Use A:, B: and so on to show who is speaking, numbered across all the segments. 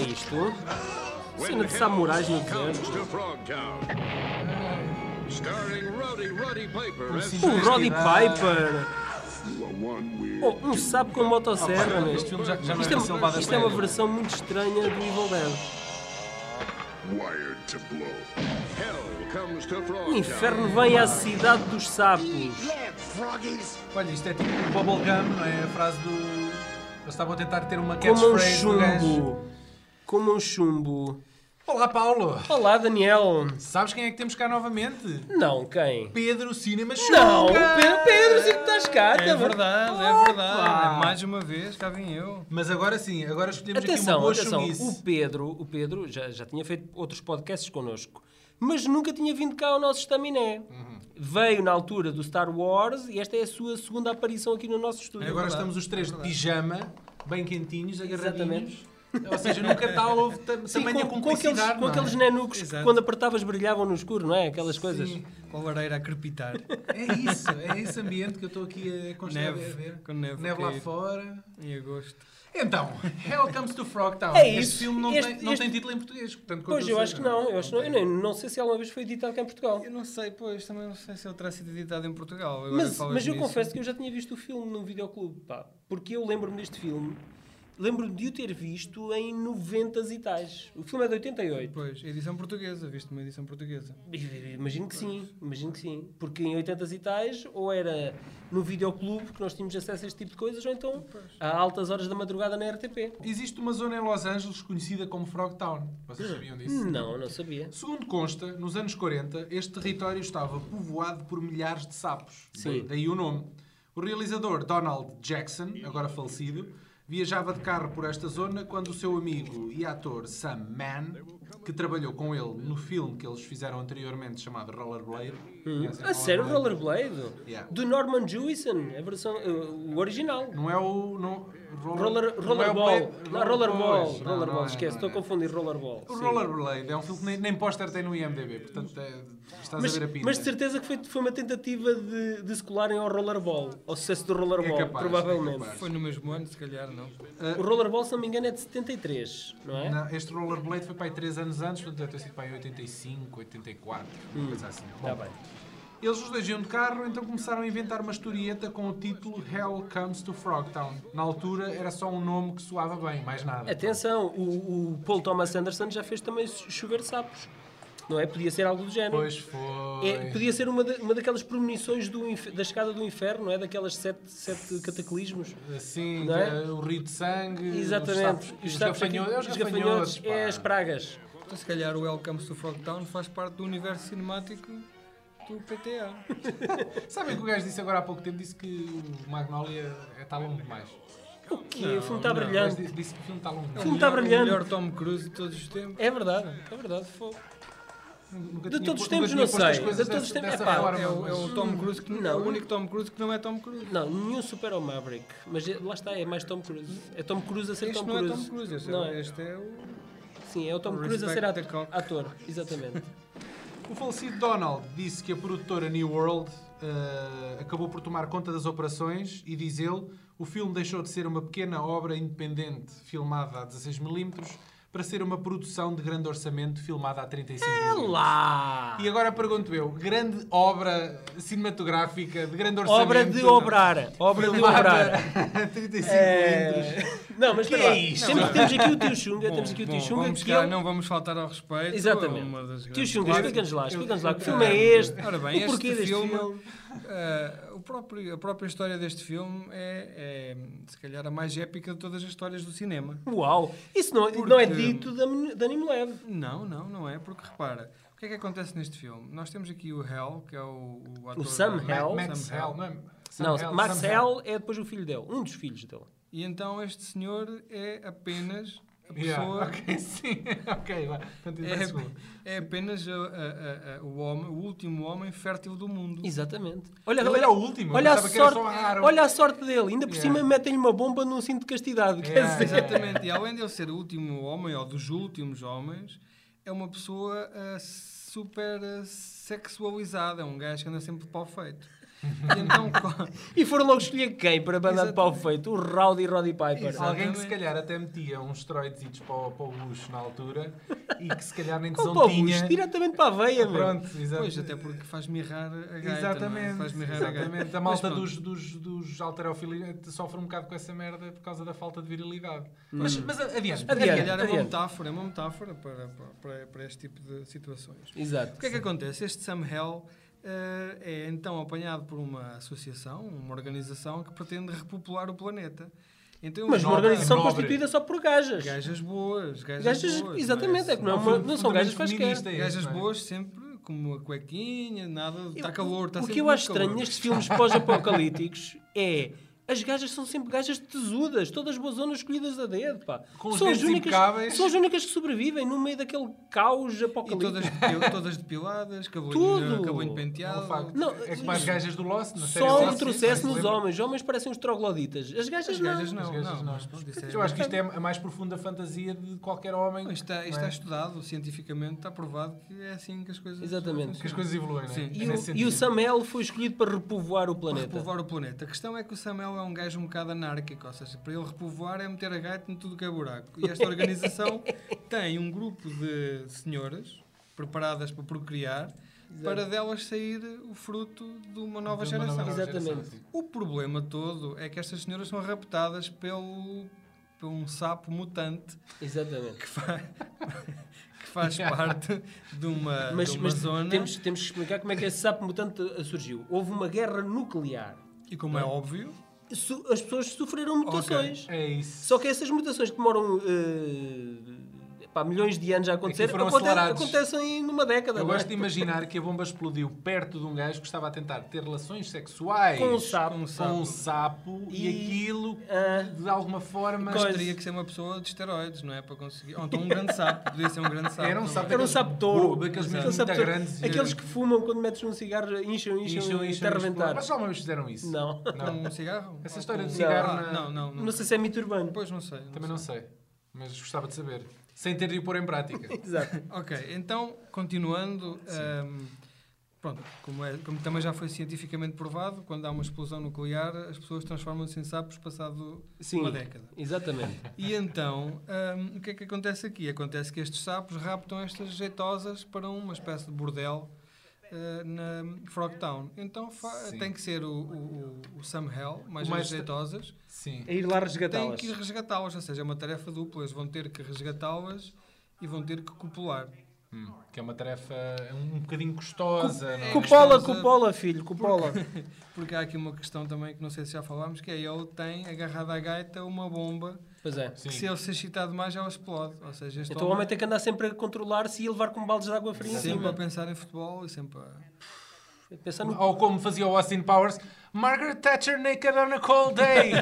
A: É máquina de samurais no deserto. O Um Roddy Piper. Oh, um sapo com motosserra, meu.
B: Este filme já, já não
A: Isto é,
B: era Silvada
A: isto é uma versão muito estranha do Evil Dead.
C: Wired to blow.
A: O Um inferno vem à cidade dos sapos.
B: Olha, isto é tipo o Bubblegum, não é? A frase do. Eles estavam a tentar ter uma
A: Comam
B: catchphrase do gajo.
A: um chumbo. Comam chumbo.
B: Olá, Paulo!
A: Olá, Daniel.
B: Sabes quem é que temos cá novamente?
A: Não, quem?
B: Pedro Cinema Chunga!
A: Não, Pedro, Pedro, se tu estás cá,
D: É
A: tá bom?
D: verdade, é verdade. Mais uma vez, cá vim eu.
B: Mas agora sim, agora escolhemos aqui uma
A: Atenção,
B: boa
A: atenção.
B: chunguice.
A: O Pedro, o Pedro já, já tinha feito outros podcasts connosco, mas nunca tinha vindo cá ao nosso estaminé.
B: Uhum.
A: Veio na altura do Star Wars e esta é a sua segunda aparição aqui no nosso estúdio. é
B: Agora estamos os três de pijama, bem quentinhos, agarradinhos.
A: Exatamente.
B: Ou seja, nunca tal houve tam
A: Sim,
B: tamanha
A: com, com aqueles,
B: cumplicidade.
A: com
B: não é?
A: aqueles nenucos que
D: Exato.
A: quando apertavas brilhavam no escuro, não é? Aquelas coisas.
D: Sim, com a lareira a crepitar.
B: É isso, é esse ambiente que eu estou aqui a construir.
D: Neve,
B: a ver.
D: com neve a
B: lá
D: cair.
B: fora.
D: em agosto.
B: Então, Hell Comes to Frogtown.
A: É
B: este
A: isso,
B: filme não,
A: este-
B: tem, não
A: este-
B: tem título em português. Portanto, quanto
A: Pois, eu
B: sei,
A: acho que não. Eu, acho que não, eu nem- não sei se alguma vez foi editado cá em Portugal.
D: Eu não sei, pois, também não sei se ele terá sido editado em Portugal. Agora
A: Mas,
D: falas
A: mas eu
D: nisso.
A: confesso que eu já tinha visto o filme num videoclube, pá. Porque eu lembro-me deste filme, lembro-me de o ter visto em 90 e tais. O filme é de 88.
D: Pois, edição portuguesa, viste uma edição portuguesa.
A: I- Imagino que sim, imagino que sim. Porque em 80 e tais, ou era no videoclube que nós tínhamos acesso a este tipo de coisas, ou então a altas horas da madrugada na RTP.
B: Existe uma zona em Los Angeles conhecida como Frogtown.
A: Hum.
B: Vocês sabiam disso?
A: Não, não sabia.
B: Segundo consta, nos anos 40, este território estava povoado por milhares de sapos.
A: Sim.
B: Daí o nome. O realizador Donald Jackson, agora falecido, viajava de carro por esta zona quando o seu amigo e ator Sam Mann, que trabalhou com ele no filme que eles fizeram anteriormente chamado Rollerblade. Conhecem
A: Hum. A sério, o
B: Rollerblade?
A: Rollerblade?
B: Yeah.
A: Do Norman Jewison, a versão, uh, o original.
B: Não é o. Não,
A: Roller,
B: não é o
A: rollerball.
B: Blade-
A: Não, rollerball.
B: Pois, não,
A: Rollerball,
B: não é,
A: esquece,
B: não
A: estou
B: é.
A: a confundir rollerball.
B: O
A: sim.
B: Rollerblade é um filme que nem, nem póster tem no IMDB, portanto é- estás
A: Mas,
B: a ver a pinta.
A: mas de certeza que foi, foi uma tentativa de, de se colarem ao rollerball, ao sucesso do rollerball,
B: É capaz,
A: provavelmente.
B: é capaz.
D: Foi no mesmo ano, se calhar, não. Então,
A: O rollerball, se não me engano, é de 73, não é?
B: Não, este Rollerblade foi para aí 3 anos antes, portanto deve ter sido para aí 85, 84, uma coisa assim.
A: Tá
B: Bom,
A: bem.
B: eles os dois iam de carro, então começaram a inventar uma historieta com o título Hell Comes to Frogtown. Na altura era só um nome que soava bem, mais nada.
A: Atenção, o, o Paul Thomas Anderson já fez também cho- chover sapos, não é? Podia ser algo do género.
B: Depois foi.
A: É, podia ser uma, da- uma daquelas premonições do inf- da chegada do inferno, não é? Daquelas sete, sete cataclismos.
B: Assim,
A: Não é?
B: eh, o rio de sangue,
A: Exatamente.
B: os, sapos, os, gafanhotos, é os gafanhotos,
A: é
B: pá.
A: as pragas.
D: Então, se calhar, o Welcome to Frogtown faz parte do universo cinemático do PTA.
B: Sabem que o gajo disse agora há pouco tempo? Disse que o Magnolia é, está longo demais.
A: O quê? o tá filme está
D: não,
B: O gajo
A: brilhante.
B: disse, disse que o filme está longo
D: É o
B: demais.
A: filme tá
D: melhor-
A: brilhante.
D: O melhor Tom Cruise de todos os tempos.
A: É verdade, é verdade. Foi.
B: Nunca
A: De
B: tinha
A: todos os
B: po- nunca
A: tempos,
B: tinha
A: não
B: posto as
A: sei.
B: coisas
A: De todos os
B: dessa-
A: tempos,
B: dessa
A: epá,
B: forma,
D: É o, é
B: mas-
D: o Tom Cruise que
A: Não.
D: é o único Tom Cruise que não é Tom Cruise.
A: Não, nenhum supera o Maverick. Mas é- lá está, é mais Tom Cruise. É Tom Cruise a ser
D: Este
A: Tom
D: não é
A: Cruise.
D: Tom Cruise, este,
A: Não
D: é.
A: é?
D: este é o.
A: Sim, é o Tom Cruise a ser
D: Respect
A: ator.
D: the cock.
A: ator. Exatamente.
B: O falecido Donald disse que a produtora New World eh, acabou por tomar conta das operações e diz ele, o filme deixou de ser uma pequena obra independente filmada a 16mm para ser uma produção de grande orçamento filmada a 35mm.
A: Lá!
B: E agora pergunto eu, grande obra cinematográfica de grande orçamento...
A: Obra de
B: é?
A: obrar. Obra de
B: filmada
A: obrar.
B: a 35mm.
A: É... Não, mas espera lá. Temos, temos aqui o tio Xunga, temos aqui o
D: Bom,
A: tio Xunga
D: vamos
A: que
D: cá,
A: ele...
D: não vamos faltar ao respeito. É uma das
A: Exatamente. Tio
D: grandes-
A: Xunga,
B: Eu-
A: explica-nos lá,
B: eu-
A: explica-nos lá. Que
B: eu-
A: filme é este?
D: Ora bem,
A: o
D: este
A: porquê deste
D: filme-
A: filme?
D: Ah, o próprio, a própria história deste filme é, é, se calhar, a mais épica de todas as histórias do cinema.
A: Uau! Isso não, não é
D: Porque-
A: dito da, da Anime Lab.
D: Não, não, não é, porque repara, o que é que acontece neste filme? Nós temos aqui o Hell, que é o, o ator...
A: Sam
D: Ma-
A: Hell.
B: É, Max
D: Sam
B: Hell, não é? Sam
A: Não,
B: Hell, Sam Hell.
A: Marcel é depois o filho dele. Um dos filhos dele.
D: E então este senhor é apenas a
B: Yeah,
D: pessoa...
B: ok, sim, ok, vá. Continua, desculpa.
D: É, é apenas a- a- a- a- o, homem, o último homem fértil do mundo.
A: Exatamente. Olha,
B: Ele
A: olha,
B: era o último, eu
A: Olha a,
B: pensava que era
A: sorte,
B: só
D: um
B: raro.
A: olha a sorte dele. Ainda por
D: É.
B: Yeah.
A: cima metem-lhe uma bomba num cinto de castidade. Quer
B: Yeah,
A: dizer,
D: Exatamente. E além de ele ser o último homem, ou dos últimos homens, é uma eh, pessoa ah, super ah, sexualizada. É um gajo que anda sempre de pau feito. E então, co-
A: E foram logo escolher quem para a banda de
D: Exatamente.
A: pau feito? O Rowdy Roddy Piper.
D: Exato.
B: Alguém que se
D: Exatamente.
B: calhar até metia uns esteroides para, o- para o bucho na altura e que se calhar nem
A: Com
B: tesão tinha.
A: pavos, diretamente para a veia,
D: Ah,
A: meu.
B: Pronto, exato.
D: pois, até porque faz-me errar a gaita. é?
B: Exatamente,
D: Faz-me errar a gaita.
B: exatamente. A
D: Mas
B: malta
D: pronto.
B: dos, dos, dos alterofilia sofre um bocado com essa merda por causa da falta de virilidade.
D: Hum.
B: Mas, mas adiante.
D: Se
A: Adiante,
D: calhar é uma
A: adiante.
D: metáfora, é uma metáfora para, para, para este tipo de situações. O
A: Exato.
D: que é que acontece? Este Sam Hell eh, é então apanhado por uma associação, uma organização que pretende repopular o planeta. Então,
A: Mas uma
B: Nobre,
A: organização
B: nobre.
A: constituída só por gajas.
D: Gajas boas, gajas,
A: Gajas,
D: boas.
A: exatamente,
D: não
A: é que não, é uma, não são gajas quaisquer.
B: Feminista é este,
D: Gajas
B: não é?
D: boas sempre, com uma cuequinha, nada, está
A: Eu-
D: calor, está
A: O
D: sempre
A: que eu
D: muito
A: acho estranho
D: calor.
A: nestes filmes pós-apocalípticos é. As gajas são sempre gajas tesudas, todas bozonas escolhidas a dedo, pá.
B: Com os
A: são, as
B: dentes
A: únicas,
B: impecáveis.
A: são as únicas que sobrevivem no meio daquele caos
D: E todas,
A: apocalíptico.
D: depil- todas depiladas,
A: Tudo.
D: cabelinho, cabelinho penteado.
B: O facto
A: Não,
B: é que mais gajas do Lost na série
A: Só
B: Lost,
A: um retrocesso
B: sim,
A: nos
B: lembra?
A: homens. Os homens parecem uns trogloditas. As gajas,
D: As gajas
A: não.
D: não.
B: As gajas
D: não,
B: não.
D: mas pronto, isso é-
B: Eu acho que isto é a mais profunda fantasia de qualquer homem.
D: Não, Isto está, isto
B: não
D: está
B: é?
D: estudado cientificamente, está provado que é assim que as coisas
A: Exatamente.
B: Que as coisas evoluem, não é?
D: Sim.
A: E
B: Nesse
A: o, e
B: sentido.
A: o Sam L foi escolhido para repovoar o
D: para
A: planeta.
D: repovoar o planeta. A questão é que o Samuel é um gajo um bocado anárquico, ou seja, para ele repovoar é meter a gaita em tudo que é buraco. E esta organização tem um grupo de senhoras preparadas para procriar, para delas sair o fruto de uma nova
B: De uma
D: geração.
B: nova
A: Exatamente.
B: sim.
D: O problema todo é que estas senhoras são raptadas pelo, por um sapo mutante
A: Exatamente.
D: que, fa- que faz parte de uma,
A: Mas,
D: de uma
A: mas
D: zona.
A: temos, temos que explicar como é que esse sapo mutante uh, surgiu. Houve uma guerra nuclear.
D: E como é óbvio,
A: Su- As pessoas sofreram mutações.
B: É isso.
A: Só que essas mutações que demoram eh, pá, milhões de anos a acontecer
B: Aqui foram
A: aconte-
B: acelerados.
A: acontecem em numa década.
B: Eu
A: não é?
B: gosto de imaginar que a bomba explodiu perto de um gajo que estava a tentar ter relações sexuais
A: Com um sapo.
D: Com um
B: com um sapo e,
A: E-
B: aquilo
A: Ah.
B: de alguma forma
A: Coisa.
D: teria que ser uma pessoa de esteroides, não é? Para conseguir. Ou então um grande sapo, podia ser um grande sapo.
B: Era um sapo
A: Era um
B: Aqueles
A: sapo touro.
B: bobo, aqueles
A: Exato.
B: mesmo
A: Aquele sapo
B: muito
A: touro.
B: grandes. eh,
A: Aqueles que fumam quando metes um cigarro, incham,
B: Incham,
A: incham,
B: incham,
A: e
B: incham,
A: até arrebentar.
B: Mas já uma vez fizeram isso?
A: Não.
D: Com um cigarro?
B: Essa
D: Ou
B: história
D: com-
B: de cigarro
D: Ah,
B: na-
D: Não, não, não.
A: Não sei se é mito urbano.
D: Depois não sei. não
B: Também não
D: sei.
B: sei. Mas gostava de saber. Sem ter de o pôr em prática.
A: Exato.
D: Ok, então, continuando. ahm, pronto, como, é- como também já foi cientificamente provado, quando há uma explosão nuclear, as pessoas transformam-se em sapos passado
A: Sim.
D: uma década.
A: Exatamente.
D: E então, hum, o que é que acontece aqui? Acontece que estes sapos raptam estas jeitosas para uma espécie de bordel eh, na Frogtown. Então fa-
B: Sim.
D: tem que ser o, o, o- o Sam Hell, mais
B: O mais-
D: as jeitosas,
B: Sim.
A: É ir lá
D: tem
A: resgatá-las.
D: que ir resgatá-las. Ou seja, é uma tarefa dupla. Eles vão ter que resgatá-las e vão ter que copular.
B: Hum, que é uma tarefa um bocadinho custosa. não é?
A: Cupola,
D: Mas estamos a-
A: cupola, filho, cupola.
D: Porque há aqui uma questão também que não sei se já falámos, que é ele tem agarrada à gaita uma bomba
A: Pois é.
B: Sim.
D: que se ele se excitar demais ela explode. Ou seja, este
A: Então o homem tem que andar sempre a controlar-se e a levar com baldes de água fria em
D: sempre a
A: cima.
D: pensar em futebol e sempre a...
A: Pensar no
B: Ou como fazia o Austin Powers, Margaret Thatcher naked on a cold day.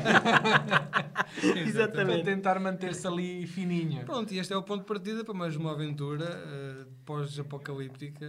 B: Para
A: Exatamente.
B: tentar manter-se ali fininha.
D: Pronto, e este é o ponto de partida para mais uma aventura eh, pós-apocalíptica.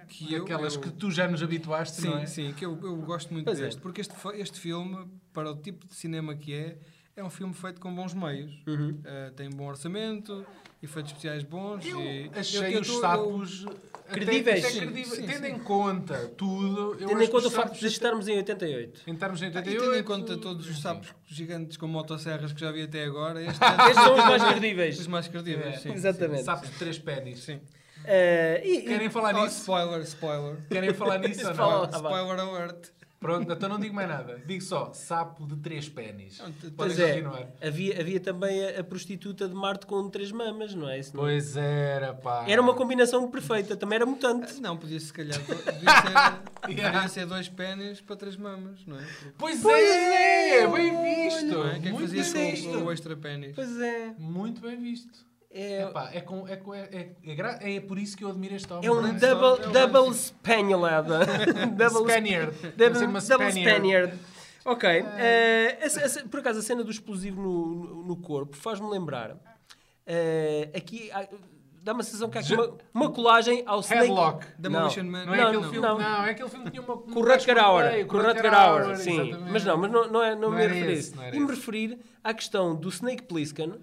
D: eh,
B: Que é
D: eu-
B: aquelas
D: eu-
B: que tu já nos habituaste,
D: Sim,
B: não é?
D: sim, que eu, eu gosto muito
A: Pois é.
D: deste. Porque este, fo- este filme, para o tipo de cinema que é, é um filme feito com bons meios.
A: Uhum.
D: Eh, tem bom orçamento, efeitos especiais bons. e,
B: Achei
D: eu- eu
B: os
D: tô- eu-
B: sapos até-
A: Credíveis.
B: até
A: Sim,
B: credíveis.
D: sim,
B: Tendo
D: sim.
B: em conta tudo, eu
A: Tendo
B: acho
A: em
B: que
A: conta o
B: os
A: facto
B: sapos
A: de estarmos em 88.
B: em termos em
D: Ah, e
B: 88.
D: tendo em conta todos os sapos gigantes com motosserras que já vi até agora, este é
A: Estes são os mais
D: dos
A: credíveis.
D: mais credíveis.
B: É.
D: sim, sim,
A: Exatamente.
B: Sapos de três pênis.
D: Sim.
A: Eh, e- e-
B: Querem falar
D: Oh,
B: nisso?
D: spoiler, spoiler.
B: Querem falar nisso ou não?
A: Fala. Ah, vá.
D: spoiler alert.
B: Pronto, então não digo mais nada. Digo só, sapo de três pênis.
D: Não, tu-
B: Podem
A: Pois é,
B: continuar.
A: havia, havia também a, a prostituta de Marte com três mamas, não é? Isso não-
B: Pois era, pá.
A: Era uma combinação perfeita, também era mutante.
D: Não, podia se calhar. Podia ser, podia ser dois pênis para três mamas, não é? Porque,
B: Pois,
A: Pois
B: é!
A: é,
B: Bem visto!
D: não é? O que é que
B: Muito
D: fazias
B: bem
D: com o-
B: visto!
D: o extra pênis?
A: Pois é.
B: Muito bem visto.
A: É,
B: Epá, É, com- é, com- é, é, é gra- é por isso que eu admiro este homem.
A: é um
B: Grande
A: double,
B: homem.
A: double spanielada. double
B: Spaniard. Deve
A: Double,
B: ser uma É.
A: double Spaniard. Ok. eh, essa- essa- por acaso, a cena do explosivo no, no- no corpo faz-me lembrar. eh, aqui há- dá uma sensação que há aqui uma, uma colagem ao Snake...
B: Headlock.
D: Demolition
A: Não.
D: Man.
B: Não é
A: Não,
B: aquele
A: não.
B: filme?
A: Não.
B: Não. é aquele filme que tinha uma.
A: Com o Rutger Hauer. Com o Rutger Hauer, sim.
B: exatamente.
A: Mas não, mas não, não é, não
B: Não
A: me
B: era
A: referi a
B: esse,
A: isso.
B: não era
A: E me
B: esse.
A: referir à questão do Snake Plissken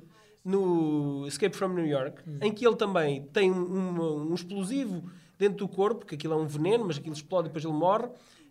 A: no Escape from New York,
B: Hum.
A: em que ele também tem um, um- um explosivo dentro do corpo, que aquilo é um veneno, mas aquilo explode e depois ele morre.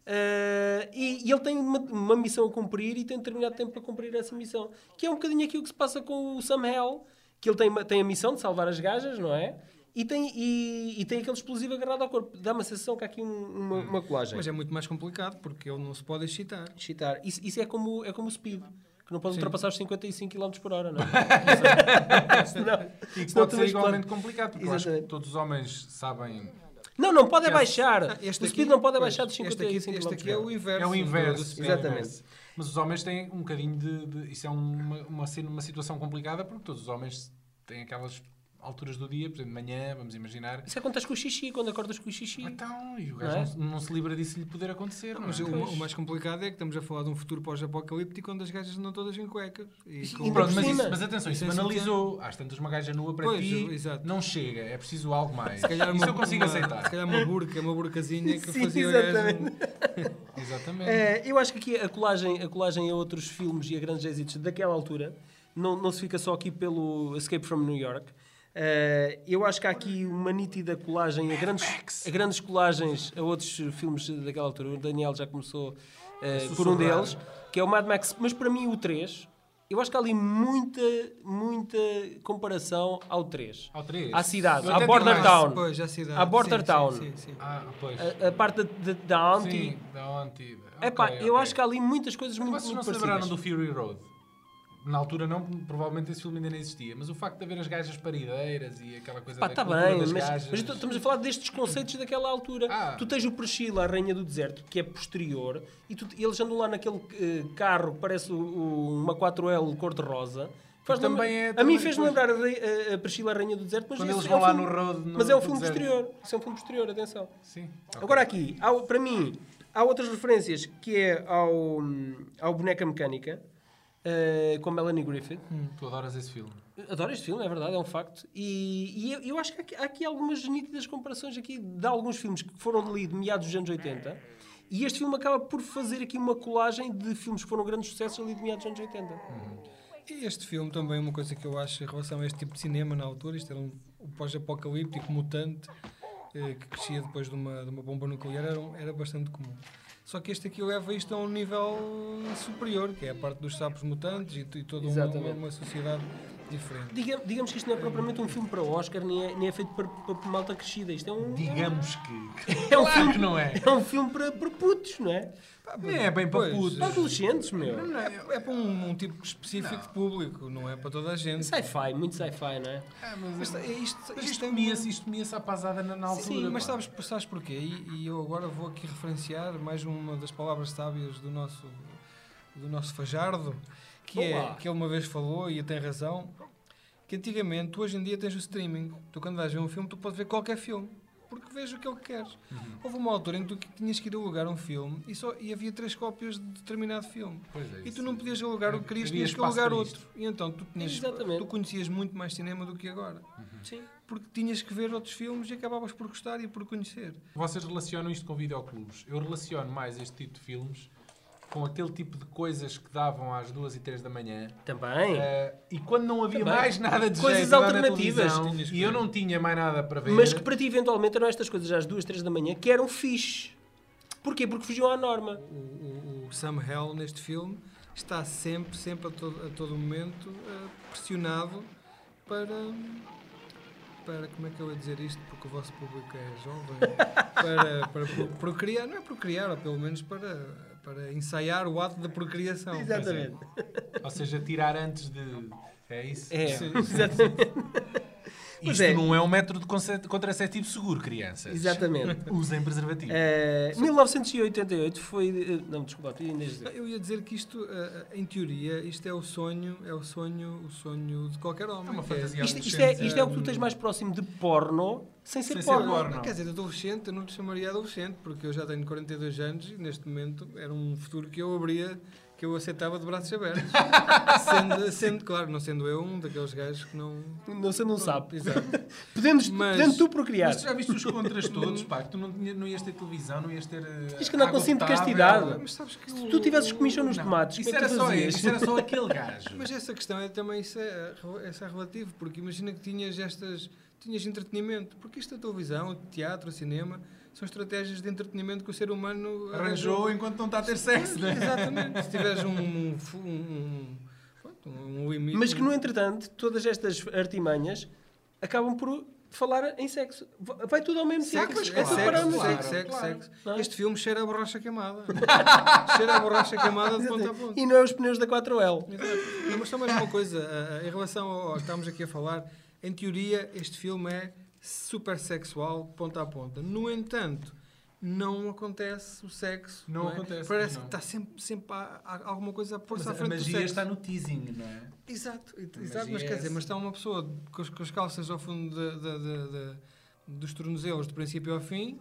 A: Ah, e, e ele tem uma, uma missão a cumprir e tem um determinado tempo para cumprir essa missão. Que é um bocadinho aquilo que se passa com o Sam Hell, que ele tem, uma- tem a missão de salvar as gajas, não é? E tem, e, e tem aquele explosivo agarrado ao corpo. Dá uma sensação que há aqui um- uma,
B: Hum.
A: uma colagem.
D: Mas é muito mais complicado porque ele não se pode excitar.
A: Excitar. Isso, isso é, como, é como o speed, que não pode ultrapassar os 55 km por hora, não é? Senão-
B: E que
A: senão
B: pode
A: tu
B: ser
A: vais
B: igualmente
A: pular.
B: complicado, porque eu acho que
A: Exatamente.
B: todos os homens sabem.
A: Não, não pode é baixar.
D: Ah, este
A: o speed
D: aqui-
A: não pode é
D: pois,
A: baixar dos 55
D: Este aqui, este
A: km
D: aqui é o inverso.
B: É o
D: do-
B: inverso.
D: do-
B: é o
A: Exatamente.
B: inverso. Mas os homens têm um bocadinho de. de- isso é uma, uma, cena- uma situação complicada, porque todos os homens têm aquelas alturas do dia, por exemplo, de manhã, vamos imaginar.
A: Isso acontece com o xixi, quando acordas com o xixi.
B: Então, e o
A: Não é?
B: gajo não, não se livra disso lhe poder acontecer. Não,
D: Mas
B: é?
D: o, o mais complicado é que estamos a falar de um futuro pós-apocalíptico onde as gajas andam todas em cuecas. E
A: Sim,
D: com-
A: ainda
B: Pronto,
A: por
B: mas,
A: cima.
B: isso- mas atenção, isso
D: Isso é assim
B: banalizou. Às tantas uma gaja nua para
D: Pois,
B: ti,
D: exato.
B: não chega. É preciso algo mais.
D: se calhar
B: isso
D: uma-
B: eu consigo
D: uma- Se
B: aceitar.
D: calhar uma burca, uma burcazinha que
A: Sim,
D: fazia o
A: exatamente.
D: gajo...
B: Exatamente.
A: É, eu acho que aqui a colagem, a colagem a outros filmes e a grandes êxitos daquela altura não, não se fica só aqui pelo Escape from New York. Eh, eu acho que há aqui uma nítida colagem a grandes, a grandes colagens a outros filmes daquela altura. O Daniel já começou eh, por um
B: sussurrar.
A: deles, que é o Mad Max, mas para mim o 3. Eu acho que há ali muita, muita comparação ao 3.
B: Ao 3.
A: À cidade,
B: Eu
A: à
B: até
A: Border
B: digo mais.
A: Town.
D: Pois, à cidade.
A: À Border
D: Sim,
A: Town.
D: Sim, sim, sim.
B: Ah, pois.
A: A, a parte da, da, da Auntie.
B: Sim, da Auntie.
A: É pá,
B: Ok,
A: eu
B: ok.
A: acho que há ali muitas coisas muito,
B: Vocês
A: muito
B: não se
A: parecidas.
B: lembraram do Fury Road? Na altura não, provavelmente esse filme ainda não existia, mas o facto de haver as gajas parideiras e aquela coisa
A: Pá,
B: da
A: está
B: cultura
A: bem,
B: das
A: mas,
B: gajas...
A: mas então estamos a falar destes conceitos daquela altura.
B: Ah.
A: Tu tens o Priscila, a Rainha do Deserto, que é posterior, e tu- eles andam lá naquele eh, carro que parece o- o- uma 4L cor-de-rosa. Faz
B: também é-
A: a mim
B: também
A: fez-me
B: depois-
A: lembrar a, Rei- a- a Priscila, a Rainha do Deserto, mas
B: Quando
A: esse
B: eles
A: é
B: vão
A: um
B: lá
A: filme-
B: no road- no-
A: Mas é um
B: no
A: filme
B: deserto.
A: posterior. Isso é um filme posterior, atenção.
B: Sim. ok.
A: Agora aqui, há- para mim, há outras referências que é ao, ao Boneca Mecânica, eh, com Melanie Griffith.
B: Tu adoras esse filme.
A: Adoro este filme, é verdade, é um facto. E, e eu, eu acho que há aqui, há aqui algumas nítidas comparações aqui de alguns filmes que foram ali de meados dos anos 80. E este filme acaba por fazer aqui uma colagem de filmes que foram grandes sucessos ali de meados dos anos 80.
D: E Este filme também é uma coisa que eu acho em relação a este tipo de cinema na altura. Isto era um, um pós-apocalíptico mutante eh, que crescia depois de uma, de uma bomba nuclear. Era, um- era bastante comum. Só que este aqui leva isto a um nível superior, que é a parte dos sapos mutantes e, t- e toda uma,
A: Exatamente.
D: uma sociedade diferente.
A: Diga- digamos que isto não é propriamente um filme para Oscar, nem é, nem é feito para, para, para malta crescida. Isto é um,
B: Digamos que...
A: é um,
B: Claro
A: filme,
B: que não é.
A: é um filme para, para putos, não é?
B: Não é bem para
D: Pois.
B: putos.
A: Para adolescentes, meu.
D: É, é para um, um tipo específico de público, não é para toda a gente.
A: Sci-fi, muito sci-fi, não é?
B: Ah, mas
D: Mas
B: isto,
D: é isto,
B: mas
D: isto
B: isto
D: é
B: comia-se isto comia-se à pasada na, na altura.
D: Sim, mas
B: pá.
D: sabes, sabes porquê? E, e eu agora vou aqui referenciar mais uma das palavras sábias do nosso, do nosso Fajardo, que
A: Olá.
D: é que ele uma vez falou e tem razão, que antigamente, tu hoje em dia tens o streaming. Tu quando vais ver um filme, tu podes ver qualquer filme. Porque vês o que ele quer.
B: Uhum.
D: Houve uma altura em que tu que tinhas que ir alugar um filme e, só, e havia três cópias de determinado filme.
B: Pois é,
D: e
B: isso.
D: tu não podias alugar o que querias,
B: Havia
D: tinhas que
B: espaço
D: alugar
B: para
D: outro. E então tu, tinhas,
A: Exatamente.
D: tu conhecias muito mais cinema do que agora
A: Sim.
D: porque tinhas que ver outros filmes e acabavas por gostar e por conhecer.
B: Vocês relacionam isto com videoclubes. Eu relaciono mais este tipo de filmes com aquele tipo de coisas que davam às duas e três da manhã.
A: Também.
B: Eh, e quando não havia
A: Também.
B: mais nada de
A: Coisas
B: jeito lá na
A: alternativas.
B: televisão,
D: Tinhas que
B: e eu
D: ver.
B: não tinha mais nada para ver
A: Mas que para ti, eventualmente, eram estas coisas às duas, três da manhã que eram fixe. Porquê? Porque fugiam à norma.
D: O, o- o Sam Hell neste filme está sempre, sempre a, todo- a todo momento eh, pressionado para para como é que eu ia dizer isto porque o vosso público é jovem para, para pro- procriar não é procriar ou pelo menos para para ensaiar o ato da procriação
A: Exatamente.
B: ou seja tirar antes de é isso
A: É,
B: Isso-
A: exatamente. Pois
B: isto
A: é.
B: não é um método de conce- contraceptivo seguro crianças
A: exatamente.
B: usem preservativo
A: Eh, 1988 foi. eh, Não, desculpa, tu ainda ias
D: Não,
A: dizer.
D: eu ia dizer que isto eh, em teoria isto é o sonho é o sonho o sonho de qualquer homem
B: É uma
D: que
B: fantasia
A: Isto, isto é, isto é o que tu tens mais próximo de porno sem ser
B: Sem ser
A: porno.
B: porno. Claro, é não.
D: Quer dizer, adolescente, eu não lhe chamaria adolescente, porque eu já tenho 42 anos e neste momento era um futuro que eu abria, que eu aceitava de braços abertos. sendo, sendo, claro, não sendo eu um daqueles gajos que não.
A: Não, você não sabe.
D: Exato.
A: Podendo,
D: Mas-
A: podendo tu procriar.
B: mas tu já viste os contras todos pá que tu não, tinha- não ias ter televisão não ias ter eh,
A: Tens que andar com cinto de castidade.
D: Mas sabes que.
A: Se
D: o-
A: tu tivesses
D: o-
A: comichão nos tomates,
B: isso
A: como é que
B: era
A: tu
B: só
A: fazias?
B: esse, isso era só aquele gajo
D: Mas essa questão é também isso é, é só relativo, porque imagina que tinhas estas. tinhas entretenimento, porque isto é televisão, teatro, cinema. são estratégias de entretenimento que o ser humano eh,
B: Arranjou enquanto não está a ter sexo, né?
D: Exatamente. Se tiveres um, um, fu- um, um, um limite.
A: Mas que, no entretanto, todas estas artimanhas acabam por falar em sexo. Va- Vai tudo ao mesmo
D: Sexo,
A: tempo. mas
D: é sexo,
A: separando.
D: sexo,
B: claro,
D: sexo,
B: claro.
D: sexo.
A: Não é?
D: Este filme cheira a borracha queimada. cheira a borracha queimada de ponta a ponta.
A: E não é os pneus da 4L.
D: Exato. Não, mas só mais uma coisa, a- a- em relação ao ao que estamos aqui a falar, em teoria este filme é super sexual, ponta a ponta. No entanto, não acontece o sexo.
B: Não
D: é?
B: acontece,
D: Parece
B: não.
D: que está sempre, sempre há- há alguma coisa a pôr-se
B: Mas
D: à
B: a
D: frente do
B: magia
D: sexo.
B: está no teasing, não é?
D: Exato, e-
B: A
D: exato mas
B: magia
D: quer
B: é
D: dizer,
B: essa.
D: mas está uma pessoa com as, com as calças ao fundo da- da- da- da- dos tornozelos de princípio ao fim,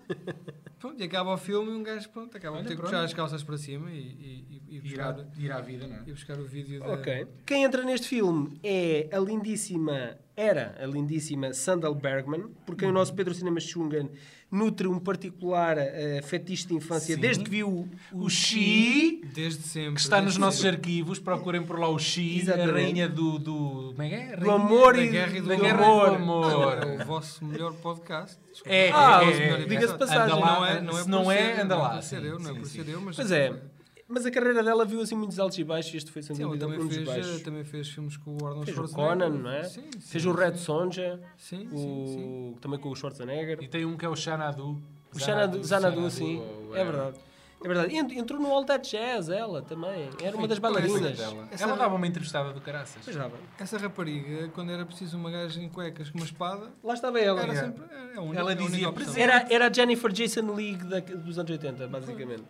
D: pronto, e acaba o filme e um gajo pronto, acaba por
B: Olha,
D: ter que
B: pronto.
D: puxar as calças para cima e, e, e- e
B: Ir à,
D: buscar,
B: ir à vida, não é?
D: e buscar o vídeo da.
A: Ok. Quem entra neste filme é a lindíssima, era a lindíssima Sandal Bergman, porque o nosso Pedro Cinema Chungan nutre um particular eh, fetiche de infância
B: Sim.
A: desde que viu o,
B: O Xi,
D: Desde sempre.
B: que está nos
D: desde
B: nossos
D: sempre.
B: arquivos, procurem por lá o Xi, a
A: Exatamente.
B: rainha do. do como é que é? Rainha
A: do amor e
D: da guerra e do
A: da
B: guerra
A: amor.
B: e do amor.
D: O vosso melhor podcast. Desculpa.
B: É,
A: Ah,
B: é,
A: o senhor,
B: é.
A: diga-se
B: Anda
A: passagem,
B: lá,
D: não é, não é
B: se
D: por
B: não é,
D: ser-
B: anda
D: não é
B: lá.
D: por ser
B: Sim,
D: eu, não é
B: sim,
D: por ser
B: sim.
D: eu, mas.
A: Pois é. Mas a carreira dela viu assim muitos altos e baixos e este foi sem
D: Sim, ele
A: dúvida
D: também
A: um dos
D: fez,
B: é?
A: baixos.
D: eh, também fez filmes com o Arnold
A: Fez o
D: Schwarzenegger.
A: Conan, não é?
D: Sim, sim,
A: fez o Red
D: sim.
A: Sonja,
D: Sim, sim, sim.
A: o... também com o Schwarzenegger.
B: E tem um que é o Xanadu.
A: O Xanadu, Xanadu,
B: Xanadu,
A: sim.
B: ou,
A: É verdade. É verdade. Ent- Entrou no All That Jazz, ela também. Era É uma das
B: Coisa
A: bailarinas. é
B: dela.
D: Essa
B: Ela
D: era-
B: dava uma entrevistada do caraças.
A: Pois já, bem.
D: Essa rapariga, quando era preciso uma gaja em cuecas com uma espada,
A: Lá estava ela.
D: era
B: é.
D: sempre. Era a única,
B: Ela
D: a única
B: dizia,
D: opção.
B: "Presente".
A: Era, era a Jennifer Jason League da- dos anos 80, basicamente.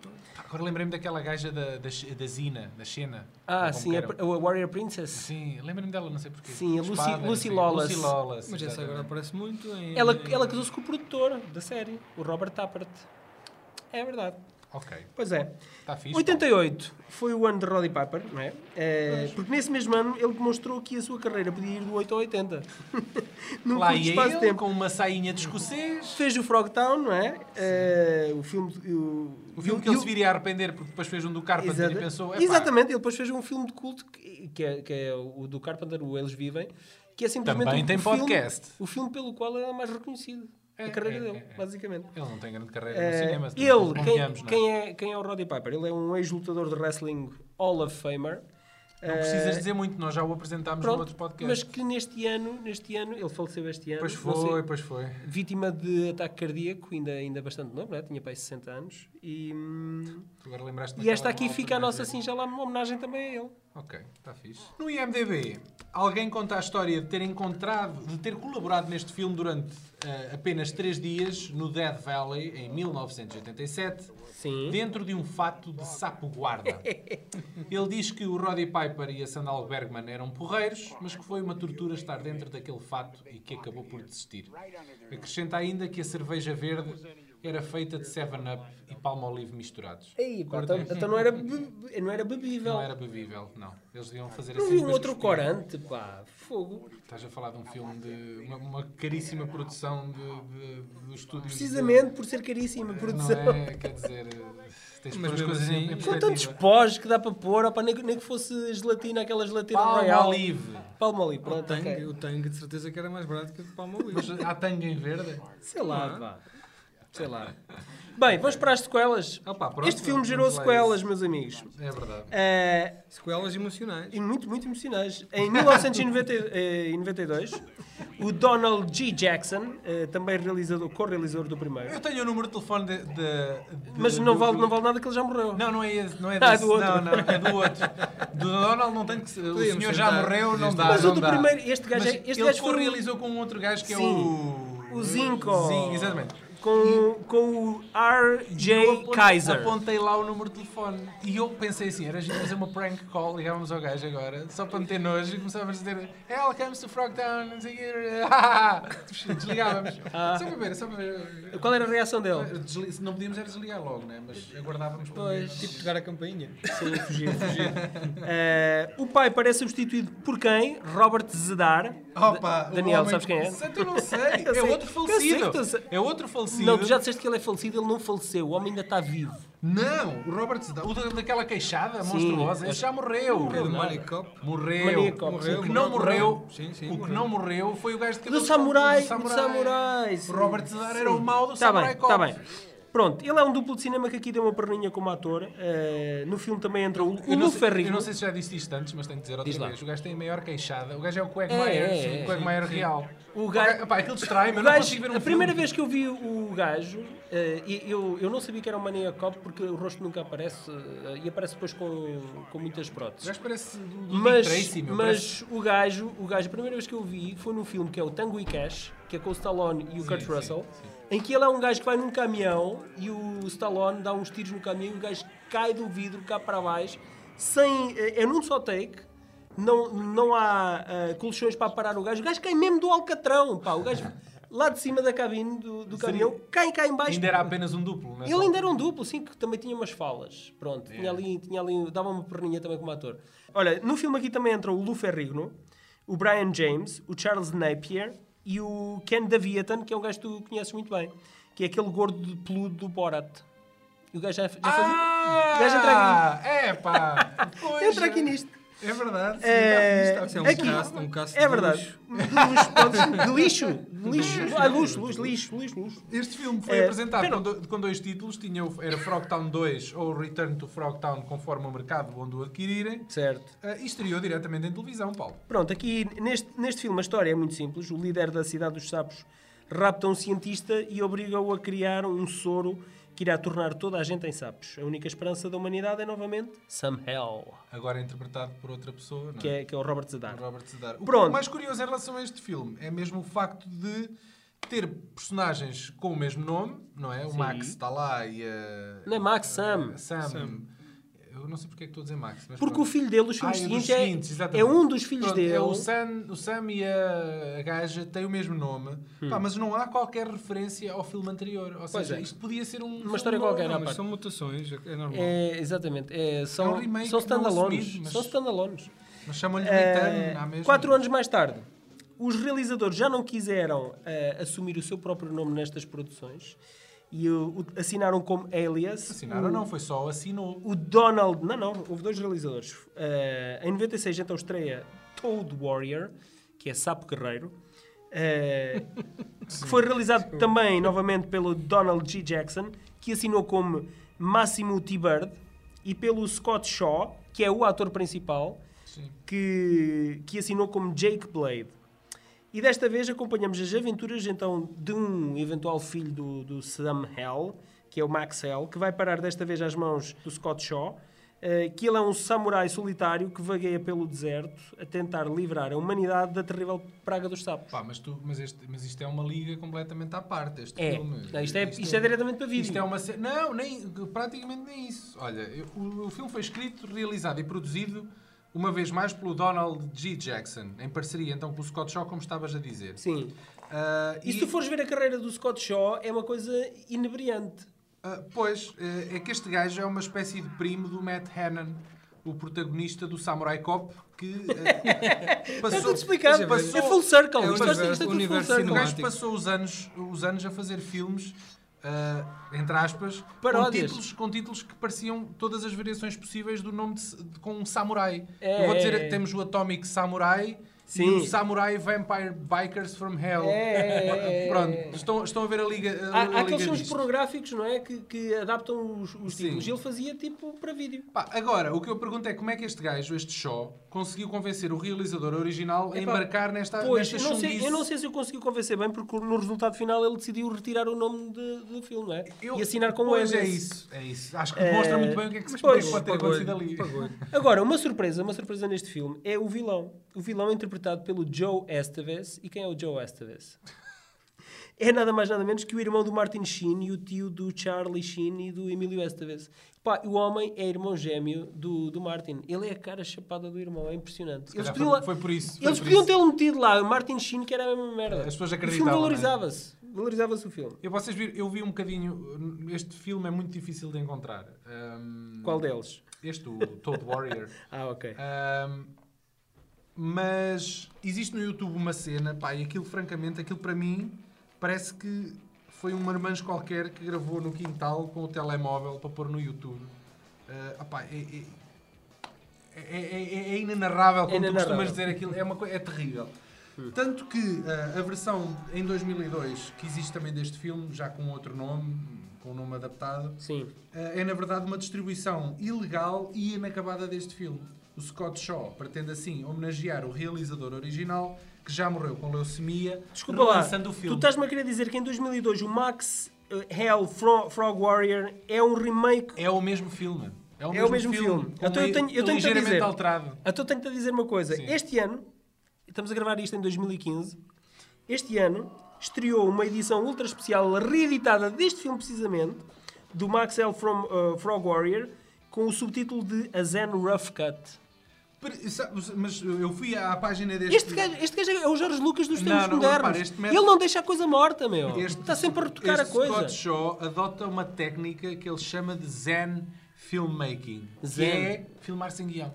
B: Agora lembrei-me daquela gaja da, da, da Zina, da Xena.
A: Ah,
B: ou como
A: sim,
B: que
A: a,
B: era.
A: a Warrior Princess.
B: Sim, lembrei-me dela, não sei porquê.
A: Sim, a Lucy-
B: Espada,
A: Lucy
B: sim.
A: Lawless.
B: Lucy Lawless.
D: Mas essa agora
B: exatamente.
D: aparece muito em.
A: Ela,
D: em-
A: ela casou-se com o produtor da série, o Robert Tappert. É verdade.
B: Ok,
A: Pois é.
B: está Tá fixe.
A: 88 foi o ano de Roddy Piper, não é? É, porque nesse mesmo ano ele demonstrou que a sua curto carreira podia ir do 8 ao 80. Num
B: Lá
A: curto
B: ia
A: espaço de
B: ele
A: tempo.
B: com uma sainha de escocês.
A: Fez o Frogtown, não é? Eh, o filme. O,
B: O filme que
A: e
B: ele
A: o-
B: se viria a arrepender porque depois fez um do Carpenter
A: Exata-
B: e pensou... "Epá,
A: Exatamente, ele depois fez um filme de culto que, que é, que é o do Carpenter, o Eles Vivem, que é simplesmente.
B: Também
A: o,
B: tem
A: o filme-
B: podcast.
A: o filme pelo qual ele é mais reconhecido.
B: É,
A: a carreira
B: é,
A: dele,
B: é, é.
A: basicamente.
B: Ele não tem grande carreira
A: Eh,
B: no cinema.
A: ele, quem,
B: convenhamos, não é?
A: quem é, quem é o Roddy Piper? Ele é um ex-lutador de wrestling Hall of Famer. é,
B: Não
A: eh,
B: precisas dizer muito, nós já o apresentámos no outro podcast.
A: mas que neste ano, neste ano, ele faleceu este ano.
B: Pois
A: não sei-
B: foi, pois foi.
A: Vítima de ataque cardíaco, ainda, ainda bastante novo, não é? tinha para aí 60 anos. E, hum,
B: Tu Agora lembraste
A: e esta aqui fica a nossa singela homenagem também a ele.
B: Ok, está fixe. No IMDB, alguém conta a história de ter encontrado, de ter colaborado neste filme durante eh, apenas três dias no Death Valley, em 1987,
A: Sim.
B: dentro de um fato de sapo guarda. Ele diz que o Roddy Piper e a Sandal Bergman eram porreiros, mas que foi uma tortura estar dentro daquele fato e que acabou por desistir. Acrescenta ainda que a cerveja verde era feita de 7-Up e Palmolive misturados.
A: Ei, pá, então, então não, era be- não era bebível.
B: Não
A: Não,
B: era bebível, não. Eles deviam fazer assim.
A: vi um
B: umas
A: outro
B: cuspidinhas.
A: corante, pá. Fogo.
B: Estás a falar de um filme de uma, uma caríssima produção de, de, do estúdio.
A: Precisamente por ser caríssima a
B: Não
A: produção.
B: é, quer dizer, eh, tens de pôr as
D: Mas mesmo
B: coisas em
D: assim-
B: em
A: Com tantos
B: perspectiva.
A: pós que dá para pôr, opa, nem, que- nem que fosse gelatina, aquela gelatina royal.
B: Palmolive.
A: Palmolive,
D: O
A: pronto,
D: tangue,
A: ok.
D: o tangue de certeza que era mais barato que o de
B: Mas
D: Palmolive.
B: há tanga em verde?
A: Sei
B: é?
A: lá, pá. Sei lá. Bem, vamos para as sequelas.
B: Opa, pronto,
A: este filme
B: vamos
A: gerou
B: lá
A: sequelas, meus amigos.
B: É verdade.
A: Eh,
D: Sequelas emocionais.
A: e muito, muito emocionais. Em eh, 1992, o Donald G. Jackson, eh, também realizador, co-realizador do primeiro,
B: Eu tenho o número de telefone de. de- de-
A: mas não
B: do-
A: vale,
B: do-
A: não vale nada que ele já morreu.
B: Não, não é esse, não é
A: Ah,
B: desse.
A: do outro.
B: Não, não, é do outro. Do Donald não tem que. se- O
D: Podíamos
B: senhor já
D: tentar.
B: morreu, não
D: Podíamos
B: dá.
A: Mas
B: não
A: o do
B: dá.
A: primeiro, este gajo
B: Mas
A: é- este
B: ele
A: gajo foi o-
B: co-realizou com um outro gajo que é
A: Sim.
B: o.
A: O Zinco.
B: Sim, exatamente.
A: Com, com o
B: Eu
A: R.J.
B: aponte-
A: Kaiser.
B: Apontei lá o número de telefone. E eu pensei assim: era a gente fazer uma prank call, ligávamos ao gajo agora, só para meter nojo, e começávamos a dizer: Hell comes to Frogtown, não sei o quê. Desligávamos.
A: Ah.
B: Só para ver, só para ver.
A: Qual era a reação dele?
B: Desli- se Não podíamos era desligar logo, né? Mas aguardávamos para
A: Pois.
D: Tipo tocar a campainha.
A: Sim, fugir, fugir. Eh, o pai parece substituído por quem? Robert Zedar.
B: Opa,
A: Da- Daniel, sabes quem é?
B: Eu não sei.
A: Eu
B: é
A: sei.
B: outro
A: Eu sei que
B: falecido.
A: tu sei.
B: É outro falecido.
A: Não, tu já disseste que ele é falecido, ele não faleceu, o homem ainda está vivo.
B: Não, o Robert Zda- o da- daquela queixada monstruosa, esse já morreu.
D: Do
B: Morreu.
D: Manicop.
B: Morreu.
A: Maníaco.
B: O que não morreu,
D: Sim, sim,
B: o que
D: morreu.
B: não morreu foi o gajo
A: Do
B: de cabelo
A: samurai,
B: um do
A: do samurai.
B: O Robert Zedar era o mau do
A: Tá
B: samurai
A: bem, tá
B: Cop.
A: bem. Pronto, ele é um duplo de cinema que aqui deu uma perninha como ator. eh, no filme também entra o, o
B: Eu não,
A: Lu
B: sei,
A: Ferrigno.
B: eu não sei se já disse isto antes, mas tenho de dizer outra
A: Diz lá.
B: vez. O gajo tem a maior queixada. O gajo é o Quagmire,
A: É, é,
B: sim,
A: é,
B: o Quagmire real.
A: O
B: O
A: gajo-
B: gajo... Pá, aquilo distrai-me, eu
A: O
B: não
A: gajo-
B: consigo ver um
A: a primeira
B: filme.
A: vez que eu vi o gajo, eh, e- eu, eu não sabia que era um Mania Cop porque o rosto nunca aparece eh, e aparece depois com, com muitas
B: O
A: próteses.
B: gajo parece um tipo do, do Dick
A: Mas,
B: Tracy, meu. parece-
A: mas o, gajo, o gajo, a primeira vez que eu vi foi num filme que é o Tango e Cash, que é com o Stallone e o Kurt
B: sim,
A: Russell, em que ele é um gajo que vai num caminhão e o Stallone dá uns tiros no caminhão e o gajo cai do vidro cá para baixo, sem, é é num só take, não, não há ah, colchões para parar o gajo, o gajo cai mesmo do Alcatrão, pá, o gajo lá de cima da cabine do, do caminhão cai cá em baixo.
B: Ainda era apenas um duplo, não é?
A: Ele ainda era um duplo, sim, que também tinha umas falas. Pronto, tinha ali, tinha ali, dava uma perninha também como ator. Olha, no filme aqui também entra o Lou Ferrigno, o Brian James, o Charles Napier e o Ken Daviatan, que é um gajo que tu conheces muito bem, que é aquele gordo de peludo do Borat. E o gajo já, já fazia- o gajo entra
B: Ah! É, pá!
A: aqui,
B: Ah, Pois,
A: entra aqui nisto.
B: É verdade. sim,
A: É,
B: está
D: Isso é um
B: visto, está visto.
A: aqui,
D: caso- um caso
A: é
D: de
A: verdade. De luxo,
D: luxo.
A: pronto, de lixo, de lixo, ah, luxo, luxo, lixo, lixo, luxo.
B: Este filme foi
A: É,
B: apresentado
A: pera-
B: com, do- com dois títulos. Tinha o, era Frogtown 2 ou Return to Frogtown, conforme o mercado onde o adquirirem.
A: Certo.
B: Ah, e estreou diretamente em televisão, Paulo.
A: Pronto, aqui neste, neste filme a história é muito simples. O líder da cidade dos sapos rapta um cientista e obriga-o a criar um soro que irá tornar toda a gente em sapos. A única esperança da humanidade é novamente Sam Hell,
B: Agora é interpretado por outra pessoa, não é?
A: que é, que é o Robert Zedar.
B: Robert Sedar. O
A: Pronto.
B: que- o mais curioso em relação a este filme é mesmo o facto de ter personagens com o mesmo nome, não é? O Max está lá e a...
A: Não é Max, Sam.
B: a Sam. Eu não sei porque é que estou a dizer Max, mas
A: Porque o
B: pronto.
A: filho dele, os
B: Ah,
A: filhos
B: é dos
A: seguintes, é,
B: seguintes, exatamente.
A: é um dos filhos
B: Pronto,
A: dele.
B: É o, Sam, o Sam e a, a gaja têm o mesmo nome, Pá, mas não há qualquer referência ao filme anterior. Ou seja,
A: Hum. é.
B: isto podia ser um.
A: Uma
B: filme
A: história
B: novo.
A: qualquer, à
D: Não, mas
A: parte.
D: são mutações, é normal.
A: É, exatamente. É, são,
B: É um remake
A: são
B: não
A: standalones.
B: assumido, mas-
A: São standalones.
B: Mas chamam-lhe
A: Eh,
B: Britano, há é mesmo.
A: quatro anos mais tarde, os realizadores já não quiseram eh, assumir o seu próprio nome nestas produções e o- o- assinaram como alias
B: Assinaram, não, foi só assinou.
A: o Donald. Não, não, houve dois realizadores. Eh, em 96, então estreia Toad Warrior, que é Sapo Guerreiro. eh, que foi realizado também novamente pelo Donald G. Jackson, que assinou como Máximo T-Bird, e pelo Scott Shaw, que é o ator principal,
B: Sim.
A: que, que assinou como Jake Blade. E desta vez acompanhamos as aventuras então de um eventual filho do, do Sam Hell, que é o Max Hell, que vai parar desta vez às mãos do Scott Shaw, eh, que ele é um samurai solitário que vagueia pelo deserto a tentar livrar a humanidade da terrível praga dos sapos.
B: Pá, mas, tu, mas, este, mas isto é uma liga completamente à parte, este
A: É.
B: filme.
A: Não, isto é- isto é diretamente para vídeo.
B: Isto é uma se- Não, nem, praticamente nem isso. Olha, eu- o, o filme foi escrito, realizado e produzido, uma vez mais, pelo Donald G. Jackson, em parceria então com o Scott Shaw, como estavas a dizer.
A: Sim.
B: Ah,
A: E se tu fores ver a carreira do Scott Shaw, é uma coisa inebriante.
B: ah, pois, eh, é que este gajo é uma espécie de primo do Matt Hannon, o protagonista do Samurai Cop, que ah,
A: Está
B: passou...
A: tudo explicado.
B: passou-
A: É full circle.
D: É o
A: Isto é- isto é
D: universo-
A: tudo full
D: universo
B: um O
A: circle.
B: gajo
D: cinemático.
B: passou os anos, os anos a fazer filmes, ah, entre aspas, com
A: Paródias.
B: títulos, com títulos que pareciam todas as variações possíveis do nome de, s- de- com um samurai.
A: É,
B: Eu vou dizer,
A: é, é.
B: temos o Atomic Samurai
A: Sim.
B: e o Samurai Vampire Bikers from Hell.
A: É, é, é, é.
B: Pronto, estão, estão a ver a liga. A,
A: Há,
B: a
A: há
B: liga
A: aqueles filmes
B: disto.
A: pornográficos, não é? Que, que adaptam os, os
B: Sim.
A: títulos. Ele fazia tipo para vídeo.
B: Pá, agora, o que eu pergunto é como é que este gajo, este show, conseguiu convencer o realizador original a
A: Epá,
B: embarcar nesta,
A: Pois,
B: Ah, nesta
A: eu não, sei,
B: chundice?
A: eu não sei se eu consegui convencer bem, porque no resultado final ele decidiu retirar o nome de- do filme, não é?
B: Eu-
A: E assinar com o
B: pois é
A: Alias.
B: isso, é isso. Acho que demonstra muito bem o que é que, se,
A: pois,
B: o que é que pode ter
D: Pagou-lhe,
B: acontecido ali.
D: pagou-lhe.
A: Agora, uma surpresa, uma surpresa neste filme é o vilão. O vilão é interpretado pelo Joe Esteves. E quem é o Joe Esteves? É nada mais nada menos que o irmão do Martin Sheen e o tio do Charlie Sheen e do Emilio Esteves. Pá, o homem é irmão gêmeo do, do Martin. Ele é a cara chapada do irmão, é impressionante. Eles
B: calhar
A: podiam,
B: foi-
A: lá-
B: foi por isso, foi
A: Eles
B: por
A: podiam
B: isso.
A: tê-lo metido lá, o Martin Sheen, que era a mesma merda.
B: As pessoas
A: O filme
B: acreditavam, é?
A: valorizava-se. Valorizava-se o filme.
B: Eu, vocês viram, eu vi um bocadinho. Este filme é muito difícil de encontrar. Ahm,
A: Qual deles?
B: Este, o Toad Warrior.
A: Ah, ok.
B: Ahm, mas existe no YouTube uma cena, pá, e aquilo, francamente, aquilo para mim parece que foi um marmanjo qualquer que gravou no quintal com o telemóvel para pôr no YouTube. Ah, ah, pá, é, é- é- é- é- é inenarrável como tu
A: inenarrável.
B: costumas dizer aquilo, é, uma coi- é terrível. Tanto que ah, a versão em 2002 que existe também deste filme, já com outro nome, com um nome adaptado,
A: Sim.
B: eh, é na verdade uma distribuição ilegal e inacabada deste filme. O Scott Shaw pretende assim homenagear o realizador original que já morreu com leucemia,
A: Desculpa lá,
B: relançando o
A: tu
B: filme.
A: estás-me a querer dizer que em 2002 o Max eh, Hell Fro- Frog Warrior é um remake...
B: É o mesmo filme. É
A: É o mesmo filme.
B: com
A: Então eu
B: li-
A: tenho- eu tenho que
B: ligeiramente
A: dizer.
B: alterado.
A: Então tenho-te a dizer uma coisa.
B: Sim.
A: Este ano, estamos a gravar isto em 2015, este ano estreou uma edição ultra especial reeditada deste filme precisamente, do Max L. From, eh, Frog Warrior, com o subtítulo de A Zen Rough Cut.
B: Per- sabes, Mas eu fui à página deste.
A: Este gajo, este gajo é o Jorge Lucas dos
B: Não,
A: tempos
B: não,
A: modernos.
B: repara, este método-
A: Ele não deixa a coisa morta, meu.
B: este-
A: Está sempre a retocar a
B: este
A: coisa.
B: Scott Shaw adota uma técnica que ele chama de Zen Filmmaking.
A: Zen.
B: Que é filmar sem guião.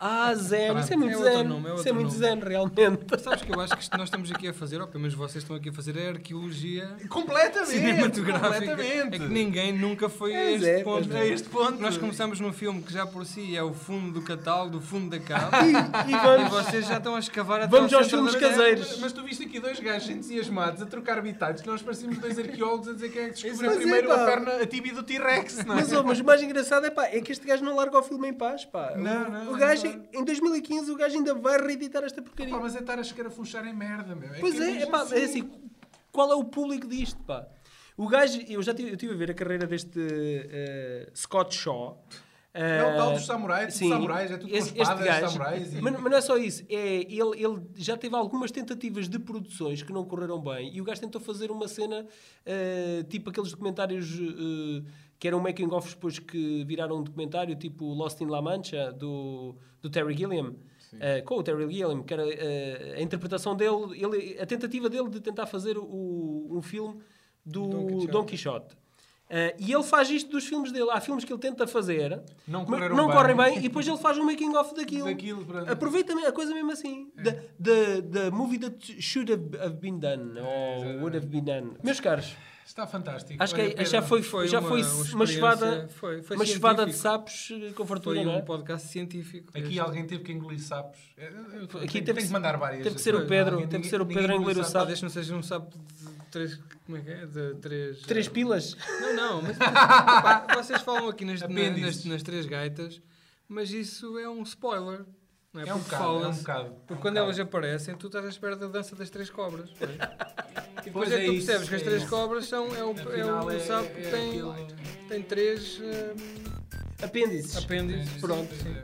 A: Ah, zen. Isso é
D: Pronto,
A: muito
D: é outro
A: zen.
D: nome, é
A: Isso é
D: outro
A: muito
D: nome.
A: zen, realmente.
D: Sabes que eu acho que isto que nós estamos aqui a fazer, ou pelo menos vocês estão aqui a fazer, é arqueologia
B: Completamente!
D: cinematográfica.
B: Completamente!
D: É que ninguém nunca foi a
A: Pois
D: este,
A: é,
D: ponto.
A: pois
B: é. A este ponto.
D: Nós começamos num filme que já por si é o fundo do catálogo, do fundo da capa.
A: E- e
D: E
A: vamos-
D: vocês já estão a escavar até
A: Vamos
D: ao
A: aos
D: centro
A: filmes
D: da-
A: caseiros.
B: Mas tu viste aqui dois gajos entusiasmados a trocar bitates, nós parecíamos dois arqueólogos a dizer quem é que descobriu
A: Pois é,
B: primeiro
A: pá.
B: a perna, a tibia do T-Rex, não é?
A: Mas, ó, mas o mais engraçado é, pá, é que este gajo não larga o filme em paz, pá.
B: Não,
A: o,
B: não,
A: o gajo,
B: não, não.
A: em 2015, o gajo ainda vai reeditar esta porcaria.
B: Pá, mas é estar a chegar a funchar em merda, meu.
A: pois
B: que
A: é, é,
B: mesmo
A: pá, é assim, qual é o público disto, pá? O gajo, eu já estive tive a ver a carreira deste eh, Scott Shaw.
B: É o tal
A: Eh,
B: dos samurais, dos samurais, é tudo com espadas, samurais e-
A: Mas, mas não é só isso, é, ele, ele já teve algumas tentativas de produções que não correram bem e o gajo tentou fazer uma cena eh, tipo aqueles documentários eh, que eram making-offs depois que viraram um documentário, tipo Lost in La Mancha, do, do Terry Gilliam. eh, com o Terry Gilliam, que era eh, a interpretação dele, ele- a tentativa dele de tentar fazer o, um filme do
D: Don Quixote.
A: Don Quixote. Eh, e ele faz isto dos filmes dele. Há filmes que ele tenta fazer,
B: Não
A: mas
B: correram
A: não
B: bem.
A: correm bem, e depois ele faz um making off daquilo.
B: Daquilo, pronto. É.
A: Aproveita a coisa mesmo assim. The, the, the movie that should have, have been done. Ou would have been done. Meus caros,
B: Está fantástico.
A: acho que
B: Olha,
A: é-
B: Pedro,
A: já foi,
D: foi
A: já
D: uma-
A: foi
D: uma
A: uma chevada,
D: experiência- foi- foi
A: uma chevada de
D: científico.
A: sapos eh, com fartura,
D: Foi
A: não é?
D: um podcast científico.
B: Aqui
D: Este.
B: alguém teve que engolir sapos. É, Eu- eu- eu tenho-
A: teve
B: tenho
A: que-
B: que mandar várias.
A: teve que ser o
B: Não,
A: Pedro,
B: ninguém-
A: teve que ser o
B: ninguém
A: Pedro a engolir o
D: Pá,
A: sapo.
D: deixa não seja um sapo de três. Como é que é? De três.
A: Três pilas?
D: Não, não, mas pá, vocês falam aqui nas, na-
B: Apêndices.
D: nas, nas três gaitas, mas isso é um spoiler. Não é,
B: É um
D: porque
B: bocado, é um
D: fala-se-
B: bocado,
D: Porque
B: é um
D: quando
B: bocado.
D: elas aparecem, tu estás à espera da dança das três cobras. não é? E depois
B: Pois
D: é que
B: é
D: tu
B: isso,
D: percebes que as
B: é
D: três
B: isso.
D: cobras são. É o, é
B: Afinal,
D: o
B: é-
D: sapo que
B: é
D: tem,
B: aquilo.
D: tem três eh,
A: Apêndices.
D: apêndices.
A: Pronto.
D: Sim.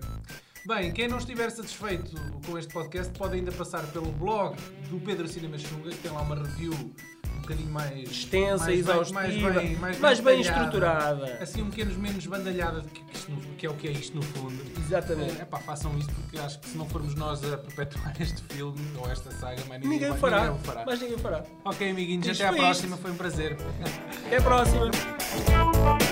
B: Bem, quem não estiver satisfeito com este podcast pode ainda passar pelo blog do Pedro Cinema Xunga, que tem lá uma review um bocadinho mais
A: Extensa,
B: mais bem-
A: exaustiva,
B: mais bem, mais bem
A: mais bem
B: detalhada.
A: estruturada.
B: Assim, um bocadinho menos bandalhada, do que, que isto no- que é o que é isto no fundo.
A: Exatamente.
B: É pá, façam isso porque acho que se não formos nós a perpetuar este filme ou esta saga, mais ninguém,
A: Ninguém o
B: mais
A: fará.
B: ninguém o fará.
A: Mas ninguém o fará.
B: Ok, amiguinhos,
A: Isto
B: até à
A: foi isto.
B: próxima, foi um prazer.
A: Até a próxima.